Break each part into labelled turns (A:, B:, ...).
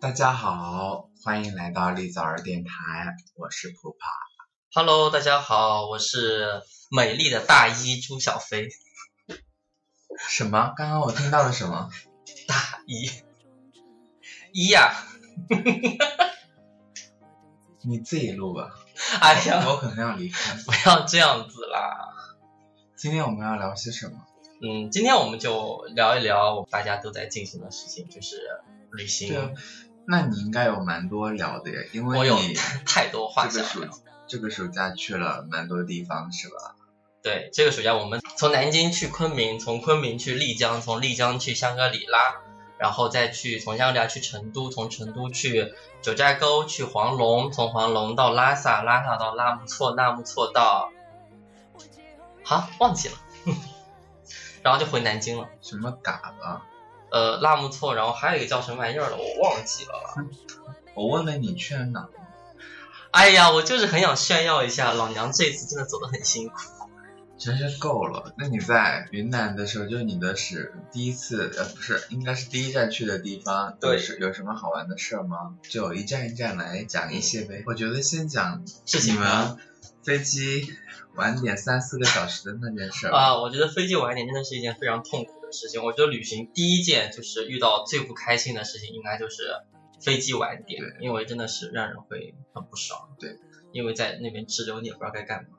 A: 大家好，欢迎来到栗枣儿电台，我是普帕。
B: Hello，大家好，我是美丽的大一朱小飞。
A: 什么？刚刚我听到了什么？
B: 大啊一，一呀、
A: 你自己录吧，
B: 哎呀，
A: 我可能要离开。
B: 不要这样子啦。
A: 今天我们要聊些什么？
B: 嗯，今天我们就聊一聊我们大家都在进行的事情，就是旅
A: 对
B: 行。，
A: 那你应该有蛮多聊的呀，因
B: 我
A: 为
B: 有
A: 你
B: 太太多话
A: 这个
B: 想
A: 暑
B: 聊。
A: 这个暑假去了蛮多地方是吧？
B: 对，这个暑假我们从南京去昆明，从昆明去丽江，从丽江去香格里拉，然后再去从香格里拉去成都，从成都去九寨沟，去黄龙，从黄龙到拉萨，拉萨到纳木错，纳木错到，哈啊忘记了， 然后就回南京了。
A: 什么嘎巴？
B: 呃，纳木错，然后还有一个叫什么玩意儿的，我忘记了。
A: 我问了你去了哪？
B: 哎呀，我就是很想炫耀一下，老娘这次真的走得很辛苦。
A: 真是够了！那你在云南的时候，就是你的是第一次，呃，不是，应该是第一站去的地方，
B: 对
A: 有什有什么好玩的事儿吗？就一站一站来讲一些呗。我觉得先讲
B: 事
A: 你
B: 情
A: 们飞机晚点三四个小时的那件事儿吧。
B: 啊、我觉得飞机晚一点真的是一件非常痛苦的事情。我觉得旅行第一件就是遇到最不开心的事情，应该就是飞机晚点
A: 对，
B: 因为真的是让人会很不爽。
A: 对，
B: 因为在那边滞留，你也不知道该干嘛。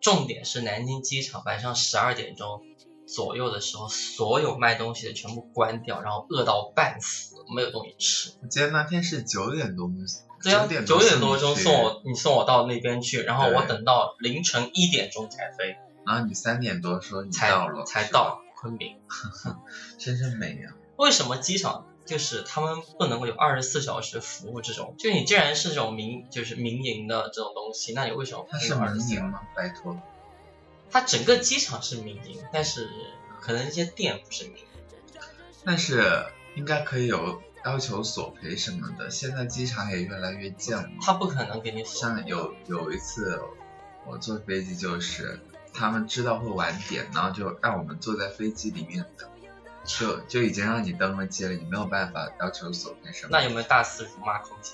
B: 重点是南京机场晚上十二点钟左右的时候，所有卖东西的全部关掉，然后饿到半死，没有东西吃。
A: 我记得那天是九点多，
B: 对啊，
A: 点
B: 九点多
A: 你
B: 钟
A: 去
B: 送，我，你送我到那边去，然后我
A: 对
B: 等到凌晨一点钟才飞，
A: 然后你三点多说你
B: 才
A: 到了，
B: 才
A: 是吧，
B: 到昆明。
A: 真是美呀、
B: 为什么机场就是他们不能够有二十四小时服务这种？就你既然是这种民就是民营的这种东西，那你为什么不
A: 它
B: 能
A: 是
B: 有二十
A: 民
B: 四
A: 营？吗？拜托，
B: 它整个机场是民营，但是可能一些店不是民营。
A: 但是应该可以有要求索赔什么的。现在机场也越来越近了。
B: 它不可能给你锁。
A: 像有有一次，我坐飞机就是，他们知道会晚点，然后就让我们坐在飞机里面等，就就已经让你登了机了，你没有办法要求索赔什么。
B: 那有没有大肆辱骂空姐？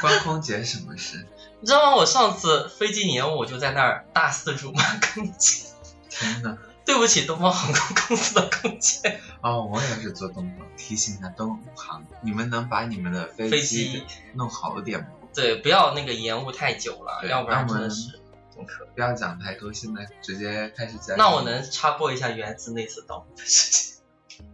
A: 关空姐什么事？
B: 你知道吗？我上次飞机延误，我就在那儿大肆辱骂空姐。
A: 天呐！
B: 对不起，东方航空公司的空姐，
A: 哦，我也是坐东航，提醒一下东航，你们能把你们的飞
B: 飞
A: 机
B: 机
A: 弄好点吗？
B: 对，不要那个延误太久了，
A: 对
B: 要不然
A: 那我
B: 真
A: 们
B: 的是很可
A: 不要讲太多，现在直接开始讲。
B: 那我能插播一下原子那次盗墓的事情，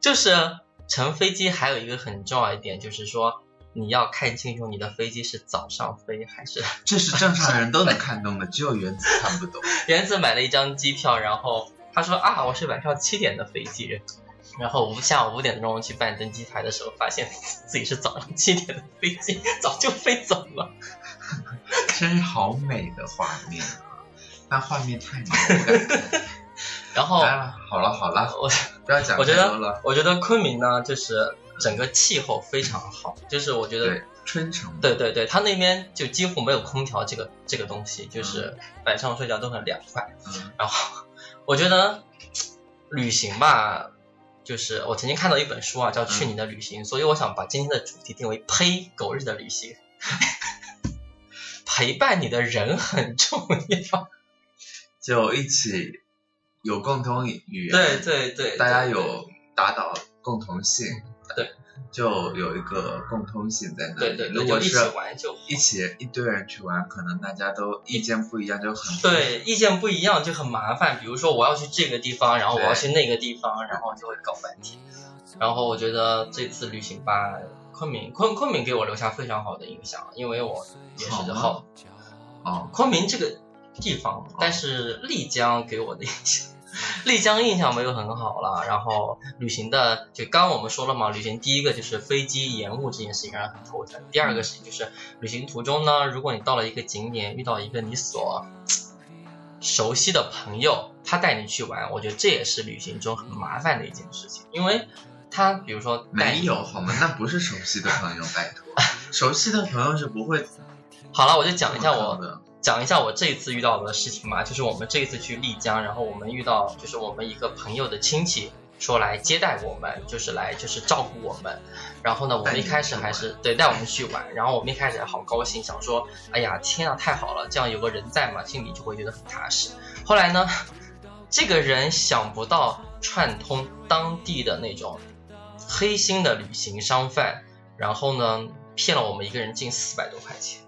B: 就是乘飞机还有一个很重要一点，就是说你要看清楚你的飞机是早上飞还是
A: 这是正常人都能看懂的，只有原子看 不懂。
B: 原子买了一张机票，然后他说啊，我是晚上七点的飞机，然后我们下午五点钟去办登机牌的时候，发现自己是早上七点的飞机，早就飞走了。
A: 真是好美的画面啊！那画面太美了，我不敢看。
B: 然后
A: 哎呀，好了好了，
B: 我
A: 不要讲
B: 哦我
A: 太
B: 觉
A: 多
B: 得
A: 了。
B: 我觉得昆明呢，就是整个气候非常好，就是我觉得
A: 对，春城
B: 对对对，他那边就几乎没有空调这个这个东西，就是晚上睡觉都很凉快。
A: 嗯
B: 然后我觉得旅行吧，就是我曾经看到一本书啊，叫《去你的旅行》，所以我想把今天的主题定为“呸，狗日的旅行”， 陪伴你的人很重要。
A: 就一起有共同语言，
B: 对对对，
A: 大家
B: 对
A: 有达到共同性，
B: 对，
A: 就有一个共通性在那里。
B: 对对
A: 如
B: 对，
A: 果
B: 就一
A: 是
B: 起玩就好。
A: 一起一堆人去玩，可能大家都意见不一样，就很，
B: 对，意见不一样就很麻烦。比如说我要去这个地方，然后我要
A: 对
B: 去那个地方，然后就会搞半天。然后我觉得这次旅行吧，昆明昆昆明给我留下非常好的影响，因为我也
A: 好
B: 是
A: 吗
B: 好
A: 哦，
B: 昆明这个地方，
A: 啊
B: 但是丽江给我的印象， 丽江印象没有很好了。然后旅行的，就刚刚我们说了嘛，旅行第一个就是飞机延误这件事情让人很头疼，第二个事情就是旅行途中呢，如果你到了一个景点，遇到一个你所熟悉的朋友，他带你去玩，我觉得这也是旅行中很麻烦的一件事情，因为他比如说带
A: 没
B: 你
A: 有好吗？那不是熟悉的朋友，拜 托，熟悉的朋友是不会
B: 好了，我就讲一下
A: 这么
B: 我
A: 搞的
B: 讲一下我这一次遇到的事情嘛，就是我们这一次去丽江，然后我们遇到就是我们一个朋友的亲戚说来接待我们，就是来就是照顾我们。然后呢，我
A: 带
B: 们一
A: 你
B: 开
A: 们
B: 始
A: 去
B: 还
A: 玩
B: 是对带我们去玩，然后我们一开始还好高兴，想说，哎呀，天啊，太好了，这样有个人在嘛，心里就会觉得很踏实。后来呢，这个人想不到串通当地的那种黑心的旅行商贩，然后呢，骗了我们一个人近四百多块钱。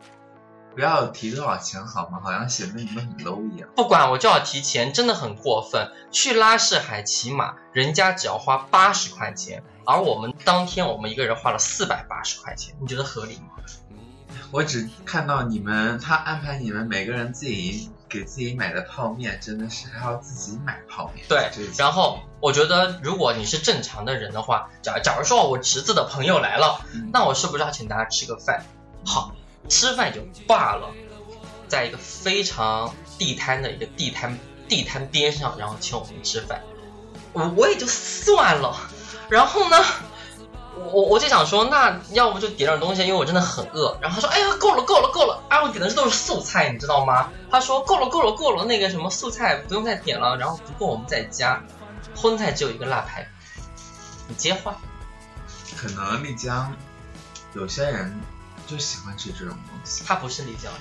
A: 不要提多少钱好吗？好像显得你们很 low 一样。
B: 不管我就要提钱，真的很过分。去拉市海骑马，人家只要花八十块钱，而我们当天我们一个人花了四百八十块钱，你觉得合理吗？
A: 我只看到你们，他安排你们每个人自己给自己买的泡面，真的是还要自己买泡面。
B: 对
A: 这一集
B: 然后我觉得，如果你是正常的人的话，假假如说我侄子的朋友来了，
A: 嗯
B: 那我是不是要请大家吃个饭？好，吃饭也就罢了，在一个非常地摊的一个地摊地摊边上，然后请我们吃饭，我我也就算了。然后呢，我我就想说，那要不就点点东西，因为我真的很饿。然后他说，哎呀，够了够了够了，啊，我点的这都是素菜，你知道吗？他说够了够了够了，那个什么素菜不用再点了，然后不够我们再加，荤菜只有一个辣排，你接话。
A: 可能丽江有些人就喜欢吃这种东西。
B: 他不是丽江人，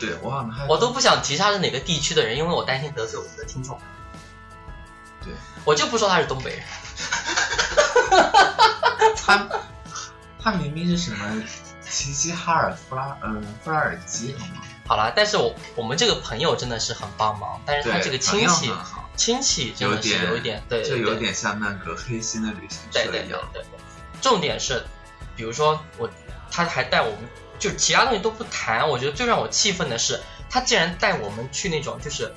A: 对我忘了他，
B: 我都不想提他是哪个地区的人，因为我担心得罪我们的听众。
A: 对，
B: 我就不说他是东北人。
A: 他他明明是什么齐齐哈尔弗拉嗯弗拉尔基好吗？
B: 好啦，但是我我们这个朋友真的是很帮忙，但是他
A: 对，
B: 这个
A: 朋
B: 亲
A: 友
B: 戚
A: 很好，
B: 亲戚真的是
A: 有点
B: 有一点对，
A: 就
B: 对
A: 有点像那个黑心的旅行
B: 对
A: 社
B: 对
A: 一
B: 对
A: 样。
B: 对对。重点是，比如说我，他还带我们，就其他东西都不谈。我觉得最让我气愤的是，他竟然带我们去那种就是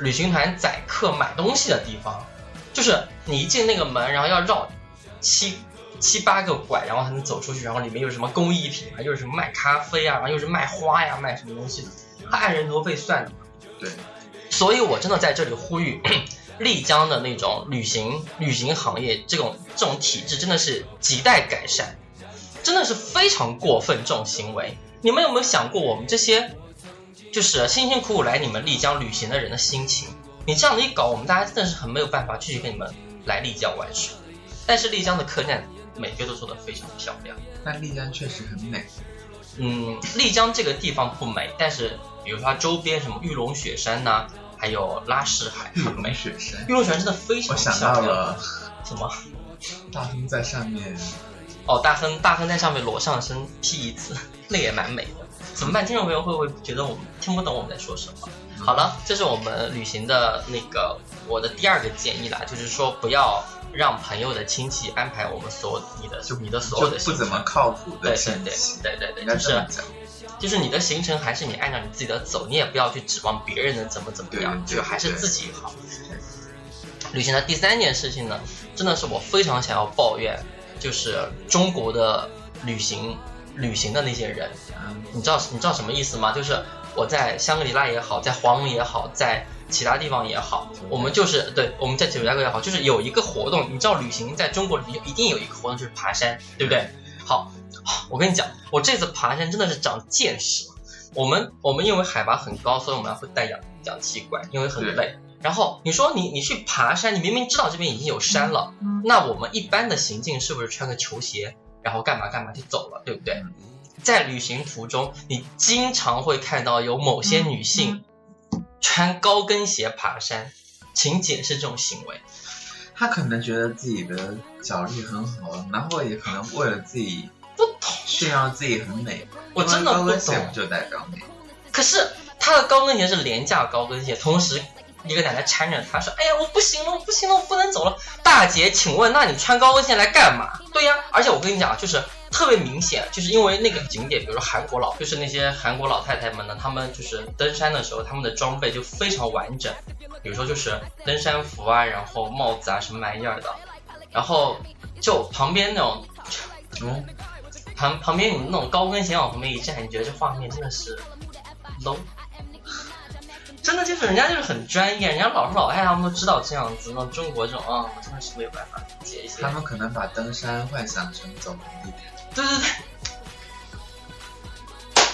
B: 旅行团宰客买东西的地方，就是你一进那个门，然后要绕七。七八个拐，然后才能走出去，然后里面又是什么工艺品啊，又是什么卖咖啡啊，然后又是卖花呀，卖什么东西的，他按人头费算的。
A: 对，
B: 所以我真的在这里呼吁， 丽江的那种旅行旅行行业这种这种体制真的是亟待改善，真的是非常过分这种行为。你们有没有想过我们这些就是辛辛苦苦来你们丽江旅行的人的心情？你这样一搞，我们大家真的是很没有办法继续跟你们来丽江玩耍。但是丽江的客栈每个都做得非常漂亮。
A: 但丽江确实很 美。
B: 嗯，丽江这个地方不美，但是比如说它周边什么玉龙雪山呐、还有拉市海
A: 玉
B: 很美
A: 龙。雪山，
B: 玉龙雪山真的非常
A: 我想
B: 漂
A: 到
B: 亮。
A: 了
B: 什么？
A: 大亨在上面，
B: 哦，大亨，大亨在上面裸上身 P 一次，那个也蛮美的。怎么办？听众朋友会不会觉得我们听不懂我们在说什么？好了，这是我们旅行的那个我的第二个建议啦，就是说不要让朋友的亲戚安排我们所有你的你的所
A: 就
B: 有的
A: 不
B: 行
A: 怎
B: 程。
A: 么靠谱
B: 对
A: 的
B: 对
A: 亲
B: 对
A: 戚，
B: 对对对，
A: 应
B: 就
A: 该这
B: 是啊
A: 么讲。
B: 就是你的行程还是你按照你自己的走，你也不要去指望别人的怎么怎么样，
A: 对对
B: 就还是
A: 对
B: 自己好。旅行的第三件事情呢，真的是我非常想要抱怨，就是中国的旅行旅行的那些人，
A: 嗯，
B: 你知道你知道什么意思吗？就是我在香格里拉也好，在黄龙也好，在其他地方也好，我们就是对我们在九寨沟也好，就是有一个活动，你知道旅行在中国里面一定有一个活动就是爬山，对不对？好，我跟你讲，我这次爬山真的是长见识了。我们我们因为海拔很高，所以我们会带氧氧气罐，因为很累。然后你说你你去爬山，你明明知道这边已经有山了，那我们一般的行进是不是穿个球鞋，然后干嘛干嘛就走了，对不对？在旅行途中，你经常会看到有某些女性穿高跟鞋爬山，请解释这种行为。
A: 他可能觉得自己的脚力很好，然后也可能为了自己
B: 不懂，
A: 炫耀自己很美。
B: 我真
A: 因
B: 的
A: 为高
B: 不
A: 跟鞋不
B: 懂。
A: 就代表美？
B: 可是她的高跟鞋是廉价高跟鞋，同时一个奶奶搀着她说：“哎呀，我不行了，我不行了，我不能走了。”大姐，请问，那你穿高跟鞋来干嘛？对呀，而且我跟你讲，就是特别明显，就是因为那个景点，比如说韩国老，就是那些韩国老太太们呢，她们就是登山的时候，她们的装备就非常完整，比如说就是登山服啊，然后帽子啊，什么玩意儿的，然后就旁边那种
A: 哦，
B: 旁旁边有那种高跟鞋啊往旁边一站，你觉得这画面真的是 low？真的就是人家就是很专业，人家老头老太太他们都知道这样子。那中国这种啊、我真的是没有办法理解一些
A: 他。们可能把登山幻想成走红地毯。
B: 对对对，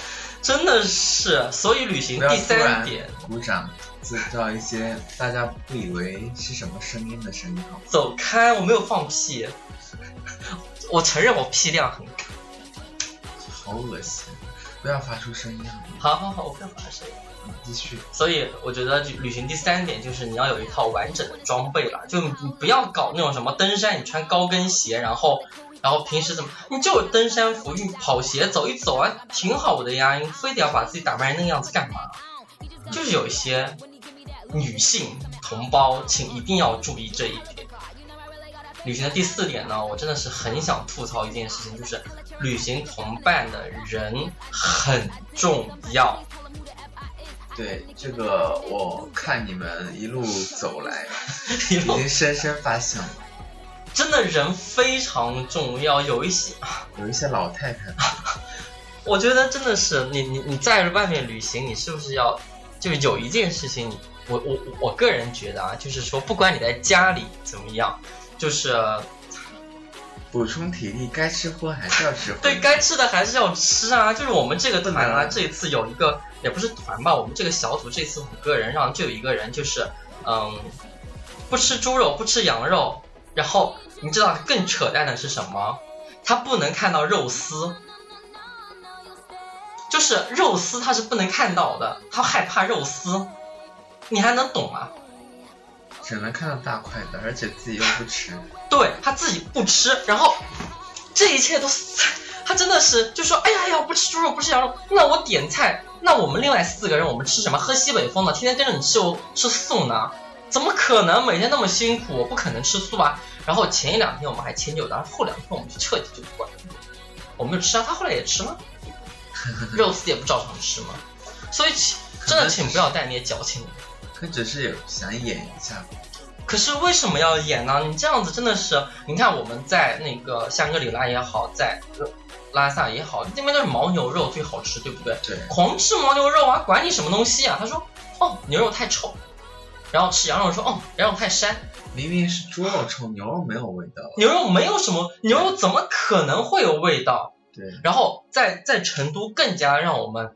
B: 真的是，所以旅行
A: 不要
B: 第
A: 突然
B: 三点，
A: 鼓掌，制造一些大家不以为是什么声音的声音好吗？
B: 走开，我没有放屁， 我承认我屁量很大。
A: 好恶心！不要发出声音好吗？
B: 好好好，我不要把它删掉。
A: 你继续。
B: 所以我觉得旅行第三点就是你要有一套完整的装备了，就你不要搞那种什么登山，你穿高跟鞋，然后然后平时怎么你就有登山服，你跑鞋走一走啊，挺好的呀，你非得要把自己打扮成那个样子干嘛？就是有一些女性同胞，请一定要注意这一点。旅行的第四点呢，我真的是很想吐槽一件事情，就是旅行同伴的人很重要。
A: 对这个，我看你们一路走 来，
B: 一
A: 已
B: 路
A: 经深深发现了，
B: 真的人非常重要，有一些，
A: 有一些老太太
B: 我觉得真的是你你你在外面旅行，你是不是要就是有一件事情你，我我我个人觉得啊，就是说不管你在家里怎么样，就是
A: 补充体力，该吃荤还是要吃荤。
B: 对该吃的还是要吃啊。就是我们这个团
A: 不
B: 啊，
A: 能
B: 这次有一个也不是团吧，我们这个小组这次五个人，然后就有一个人就是嗯，不吃猪肉，不吃羊肉，然后你知道更扯淡的是什么？他不能看到肉丝。就是肉丝他是不能看到的，他害怕肉丝，你还能懂吗？
A: 只能看到大块的，而且自己又不吃。
B: 对他自己不吃，然后 这一切都 是他真的是就说，哎呀哎呀，我不吃猪肉，不吃羊肉，那我点菜，那我们另外四个人我们吃什么？喝西北风呢？天天跟着你吃我吃素呢？怎么可能每天那么辛苦？我不可能吃素啊！然后前一两天我们还迁就，然后后两天我们就彻底就不管了，我们就吃啊，他后来也吃了，肉丝也不照常吃嘛，所以请真的请不要带那些矫情的人
A: 可只是有想演一下，
B: 可是为什么要演呢？你这样子真的是，你看我们在那个香格里拉也好，在呃拉萨也好，那边都是牦牛肉最好吃，对不对？
A: 对，
B: 狂吃牦牛肉啊，管你什么东西啊！他说，哦，牛肉太臭，然后吃羊肉说，哦，羊肉太膻，
A: 明明是猪肉臭，牛肉没有味道。
B: 牛肉没有什么，牛肉怎么可能会有味道？
A: 对，
B: 然后在在成都更加让我们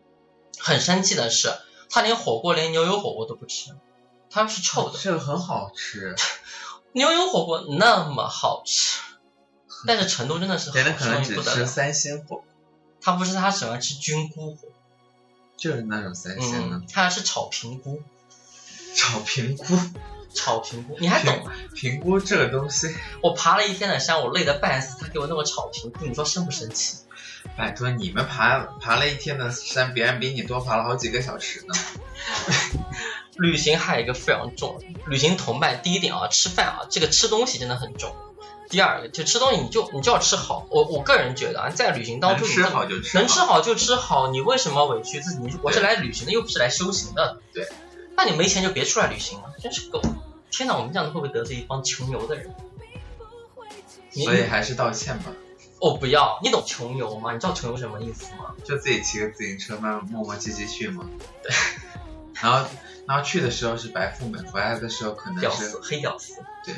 B: 很生气的是，他连火锅连牛油火锅都不吃，他是臭的。
A: 这个很好吃，
B: 牛油火锅那么好吃，但是成都真的是好
A: 别人嗯可
B: 吃
A: 能
B: 东西
A: 只
B: 不得
A: 吃
B: 了。
A: 三鲜火，
B: 他不是他喜欢吃菌菇火，
A: 就是那种三鲜的
B: 嗯，他是炒平菇，
A: 炒平菇。
B: 炒平菇，你还懂吗？
A: 评估这个东西，
B: 我爬了一天的山，我累得半死，他给我弄个炒平菇，你说生不生气？
A: 拜托你们爬爬了一天的山，别人比你多爬了好几个小时呢。
B: 旅行还有一个非常重，旅行同伴第一点啊，吃饭啊，这个吃东西真的很重。第二个就吃东西，你就你就要吃好。我我个人觉得啊，在旅行当
A: 能
B: 中，你
A: 吃
B: 这
A: 好就吃
B: 能吃
A: 好，
B: 好就吃好，你为什么委屈自己？你我是来旅行的，又不是来修行的。
A: 对，
B: 那你没钱就别出来旅行了，真是够了。天哪，我们这样子会不会得罪一帮穷游的人？你
A: 所以还是道歉吧。
B: 我、不要，你懂穷游吗？你知道穷游什么意思吗？
A: 就自己骑个自行车，慢慢磨磨唧唧去嘛。对， 然后然后去的时候是白富美，回来的时候可
B: 屌
A: 能是
B: 丝，黑屌丝。
A: 对。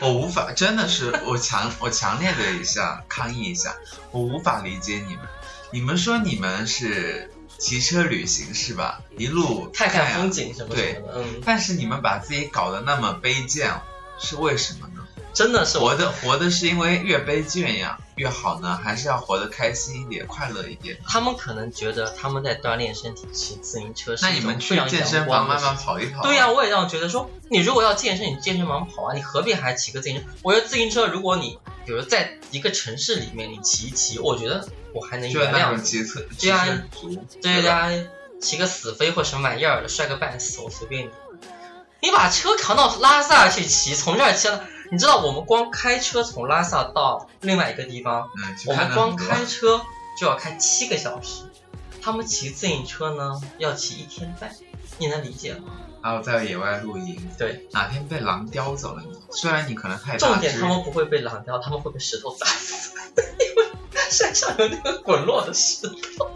A: 我无法，真的是我强，我强烈的一下抗议一下，我无法理解你们。你们说你们是骑车旅行是吧？一路
B: 看
A: 太
B: 看
A: 阳
B: 风景什么
A: 对
B: 什么的，嗯，
A: 但是你们把自己搞得那么卑贱，是为什么呢？
B: 真的是我
A: 活的活的是因为越卑贱呀越好呢，还是要活得开心一点、快乐一点？
B: 他们可能觉得他们在锻炼身体，骑自行车是
A: 那
B: 一
A: 你
B: 种
A: 们去
B: 非常
A: 健身
B: 阳
A: 房
B: 光的
A: 慢
B: 事
A: 慢跑一跑。啊
B: 对呀、我也这样觉得说。你如果要健身，你健身房跑啊，你何必还骑个自行车？我觉得自行车，如果你比如在一个城市里面你骑一骑，我觉得我还能
A: 就
B: 原
A: 那
B: 谅
A: 种
B: 你。
A: 骑车骑
B: 对啊
A: 车族，
B: 对
A: 吧？
B: 呀、骑个死飞或什么玩意儿的，帅个半死，我随便你。你把车扛到拉萨去骑，从这儿骑到，你知道我们光开车从拉萨到另外一个地方，
A: 嗯，去
B: 我
A: 看
B: 们
A: 那
B: 光
A: 很多
B: 开车就要开七个小时，他们骑自行车呢要骑一天半，你能理解吗？
A: 还有在野外露营，
B: 对。
A: 哪天被狼叼走了呢？虽然你可能太大
B: 重点
A: 只
B: 他们不会被狼叼，他们会被石头砸死，因为山上有那个滚落的石 头。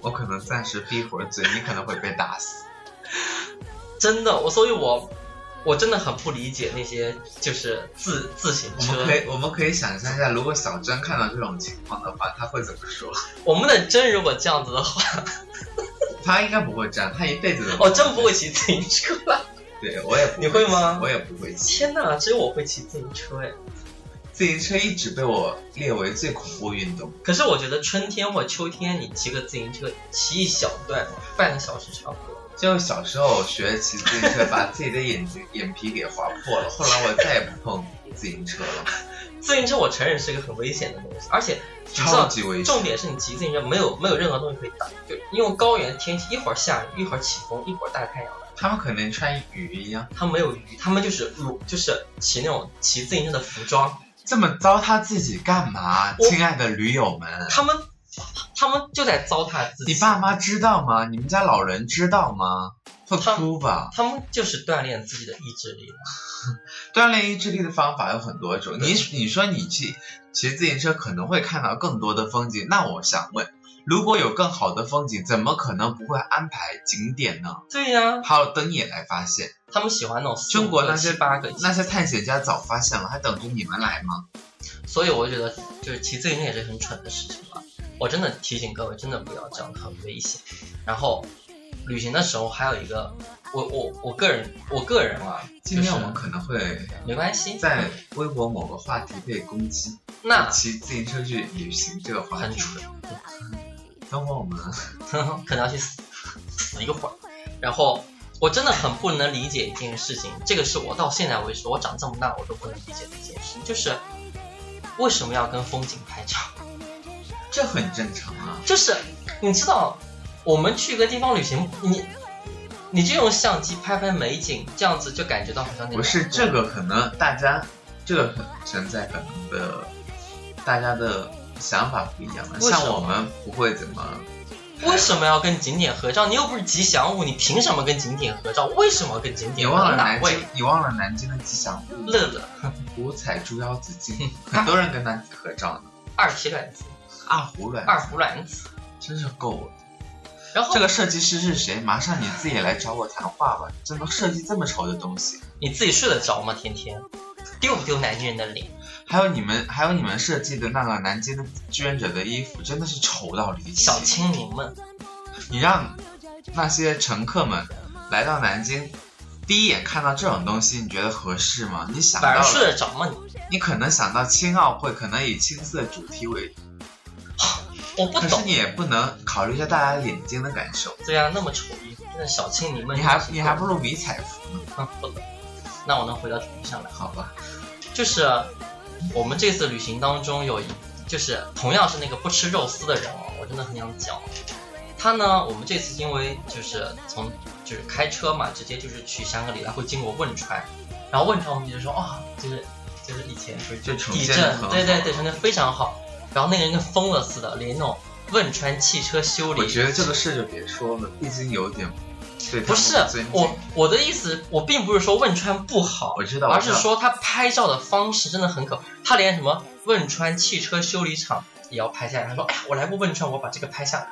A: 我可能 暂时闭会儿嘴，你可能会被打死。
B: 真的，我所以我我真的很不理解那些就是自自行
A: 我
B: 车。
A: 们可以我们可以想象一下，如果小娟看到这种情况的话，她会怎么说？
B: 我们的真如果这样子的话，
A: 她应该不会这样，她一辈子都
B: 我哦真不会骑自行车 了。
A: 对我也不
B: 你会吗
A: 我也不会骑。
B: 天哪，只有我会骑自行车哎！
A: 自行车一直被我列为最恐怖运动。
B: 可是我觉得春天或秋天，你骑个自行车骑一小段，半个小时差不多。
A: 就小时候学骑自行车，把自己的眼睛眼皮给划破了。后来我再也不碰自行车了，
B: 自行车我承认是一个很危险的东西，而且你知
A: 超
B: 道，
A: 级危险。
B: 重点是你骑自行车没有没有任何东西可以挡，就因为高原天气一会儿下雨，一会儿起风，一会儿大太阳，
A: 他们可能穿雨衣啊，
B: 他没有雨，他们就是裸就是骑那种骑自行车的服装，
A: 这么糟蹋自己干嘛？
B: 我
A: 亲爱的驴友们，
B: 他们他们就在糟蹋自己。
A: 你爸妈知道吗？你们家老人知道吗？会
B: 他
A: 哭吧？
B: 他们就是锻炼自己的意志力了。
A: 锻炼意志力的方法有很多种。
B: 对
A: 你你说你骑骑自行车可能会看到更多的风景，那我想问，如果有更好的风景，怎么可能不会安排景点呢？
B: 对呀、
A: 好，等你来发现。
B: 他们喜欢那种四
A: 中国那些
B: 五个七八个，
A: 那些探险家早发现了，还等着你们来吗？
B: 所以我就觉得就是骑自行车也是很蠢的事情吧。我真的提醒各位，真的不要这样，很危险。然后旅行的时候还有一个，我我我个人我个人啊，
A: 今天
B: 就
A: 我
B: 是
A: 们可能会
B: 没关系，
A: 在微博某个话题被攻击，
B: 那
A: 骑自行车去旅行这个话
B: 很
A: 题。
B: 蠢，
A: 等会儿我们
B: 可能要去死死一会儿。然后我真的很不能理解一件事情，这个是我到现在为止，我长这么大我都不能理解的一件事，就是为什么要跟风景拍照？
A: 这很正常啊，
B: 就是你知道，我们去一个地方旅行，你你这用相机拍拍美景，这样子就感觉到好像那
A: 不是这个可能大家这个存在可能的，大家的想法不一样了。
B: 为什么
A: 像我们不会怎么，
B: 为什么要跟景点合照？你又不是吉祥物，你凭什么跟景点合照？为什么跟景
A: 你
B: 点合
A: 忘
B: 照？
A: 了
B: 哪
A: 南
B: 位
A: 京？，你忘了南京的吉祥物
B: 乐乐
A: 五彩猪腰子 精，很多人跟他合照呢。
B: 二皮卵子，
A: 二胡卵
B: 二胡卵子，
A: 真是够了。
B: 然后
A: 这个设计师是谁？马上你自己来找我谈话吧！怎么设计这么丑的东西？
B: 你自己睡得着吗？天天丢不丢南京人的脸？
A: 还有你们，还有你们设计的那个南京的志愿者的衣服，真的是丑到离奇
B: 小。清民们，
A: 你让那些乘客们来到南京，第一眼看到这种东西，你觉得合适吗？你想
B: 晚
A: 到
B: 上，睡得着吗你？
A: 你可能想到青奥会，可能以青色主题为，
B: 我不
A: 可是
B: 懂。
A: 你也不能考虑一下大家眼睛的感受。
B: 对呀、那么丑衣服，那小清民们
A: 你
B: 真的
A: 还
B: 是够，
A: 你还不如迷彩服呢，
B: 嗯不懂。那我能回到主题上来。
A: 好吧？
B: 就是我们这次旅行当中有一，就是同样是那个不吃肉丝的人哦，我真的很想讲。他呢，我们这次因为就是从就是开车嘛，直接就是去香格里拉，会经过汶川，然后汶川我们就说啊、就是就是以前不是
A: 就重
B: 地
A: 建的
B: 震
A: 很，好。
B: 对对对，重建非常好。然后那个人跟疯了似的，连那种汶川汽车修理，
A: 我觉得这个事就别说了，毕竟有点对他
B: 不
A: 们
B: 是
A: 尊敬。
B: 我我的意思，我并不是说汶川不好，
A: 我知道，
B: 而
A: 我
B: 是
A: 知道
B: 说他拍照的方式真的很可怕，他连什么汶川汽车修理厂也要拍下来。他说：“哎呀，我来过汶川，我把这个拍下来。”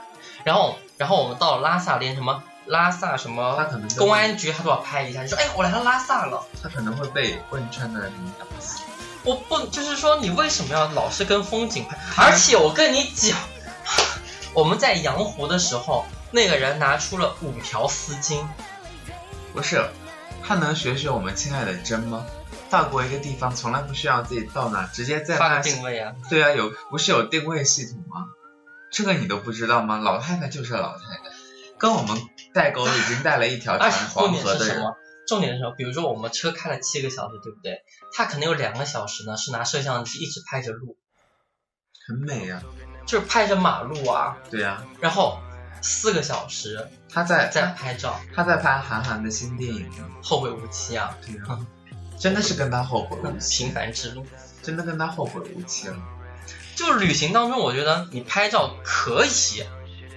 B: 然后，然后我们到拉萨，连什么拉萨什
A: 他
B: 么
A: 可能就
B: 公，安局他都要拍一下。你说：“哎呀，我来到拉萨了。
A: 他可能会被汶川的人打死。”
B: 我不就是说你为什么要老是跟风景拍？而且我跟你讲，我们在羊湖的时候，那个人拿出了五条丝巾，
A: 不是，他能学学我们亲爱的真吗？到过一个地方，从来不需要自己到那，直接在
B: 发
A: 那
B: 个。定位啊。
A: 对啊，有不是有定位系统吗？这个你都不知道吗？老太太就是老太太，跟我们代沟已经带了一条长
B: 而且重
A: 黄
B: 点
A: 河
B: 是
A: 的
B: 什
A: 人。
B: 么？重点是什么？比如说我们车开了七个小时，对不对？他可能有两个小时呢是拿摄像机一直拍着路，
A: 很美呀、
B: 就是拍着马路啊，
A: 对呀、
B: 然后四个小时
A: 他在
B: 在
A: 他
B: 拍照，
A: 他在拍韩寒的新电影，
B: 后会无期啊，
A: 对啊，真的是跟他后悔无期
B: 平，凡之路。
A: 真的跟他后悔无期了。
B: 就是旅行当中，我觉得你拍照可以，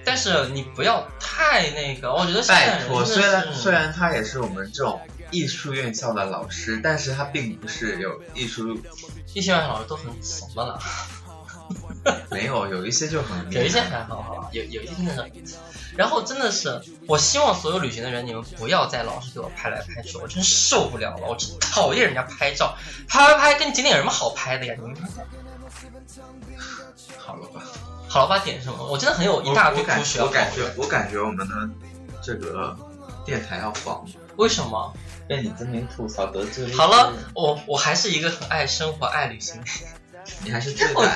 B: 但是你不要太那个。我觉得现在
A: 拜
B: 人
A: 托，
B: 真的是
A: 虽然虽然他也是我们这种艺术院校的老师，但是他并不是有艺术
B: 一些外老师都很怂的了，
A: 没有，有一些就很
B: 有一些还好哈，有有一些真的很。然后真的是，我希望所有旅行的人，你们不要再老是给我拍来拍去，我真受不了了，我真讨厌人家拍照，拍拍拍，跟景点有什么好拍的呀？你们
A: 好了吧？
B: 好了吧点什么？我真的很有一大堆
A: 我感
B: 故事要
A: 我感
B: 讨
A: 觉
B: 论
A: 我感觉我们的这个电台要黄，
B: 为什么？
A: 被你这么一吐槽得罪
B: 好了，，我我还是一个很爱生活、爱旅行的人。
A: 你还是做一个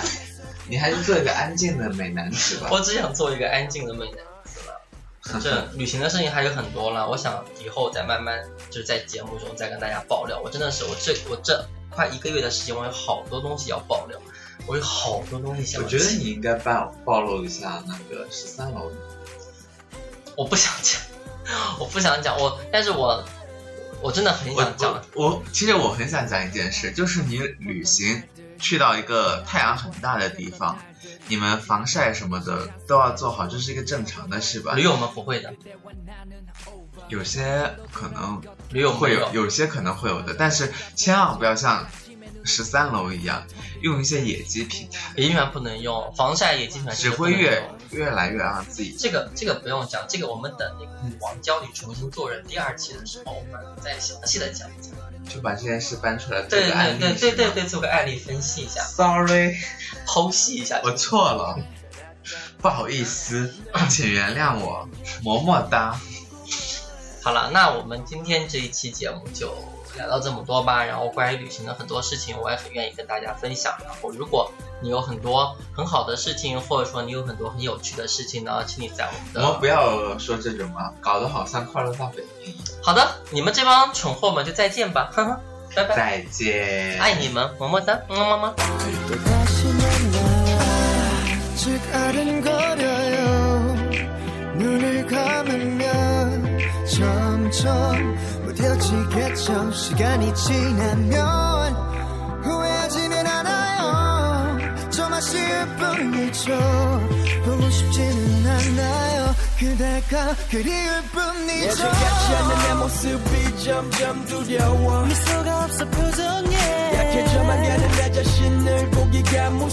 A: 你还是做一个安静的美男子吧。
B: 我只想做一个安静的美男子了。反正旅行的事情还有很多了，我想以后再慢慢就是在节目中再跟大家爆料。我真的是我这我这快一个月的时间，我有好多东西要爆料，我有好多东西想
A: 我
B: 讲。
A: 觉得你应该暴暴露一下那个十三楼，
B: 我不想讲， 我不想讲，我但是我我真的很
A: 我
B: 想讲。
A: 我我其实我很想讲一件事，就是你旅行去到一个太阳很大的地方，你们防晒什么的都要做好，这是一个正常的事吧
B: 驴？友们不会的，
A: 有些可能
B: 驴友们
A: 会有，
B: 有
A: 有些可能会有的，但是千万不要像十三楼一样用一些野鸡平台，
B: 也依然不能用防晒也基本上
A: 只
B: 是不
A: 会
B: 能
A: 越
B: 用
A: 越来越让自己
B: 这个这个不用讲，这个我们等那个王教你重新做人第二期的时候，我们再详细的讲一讲。
A: 就把这件事搬出来做
B: 对
A: 个案
B: 对
A: 例。
B: 对对对
A: 是吗
B: 对，做个案例分析一下，
A: ，sorry。
B: 剖析一下。
A: 我错了，不好意思，请原谅我，么么哒。
B: 好了，那我们今天这一期节目就聊到这么多吧。然后关于旅行的很多事情，我也很愿意跟大家分享。然后如果你有很多很好的事情，或者说你有很多很有趣的事情呢，请你在我们
A: 我们
B: 的
A: 不要说这种啊，搞得好像快乐大本营。
B: 好的，你们这帮蠢货们就再见吧，哼哼，拜拜，
A: 再见，
B: 爱你们，么么哒，么么么。
C: 또 다시 만나 아직 아른거려요 눈을 감으면 점점 무뎌지겠죠 시간이 지나면 후회하지는 않아요 좀 아쉬울 뿐이죠 보고 싶지는 않아요 그대가 그리울 뿐이죠
D: 예전같지 않은 내 모습이 점점 두려워
C: 미소가 없어 표정에
D: 약해져만 가는 내 자신을 보기가 무서워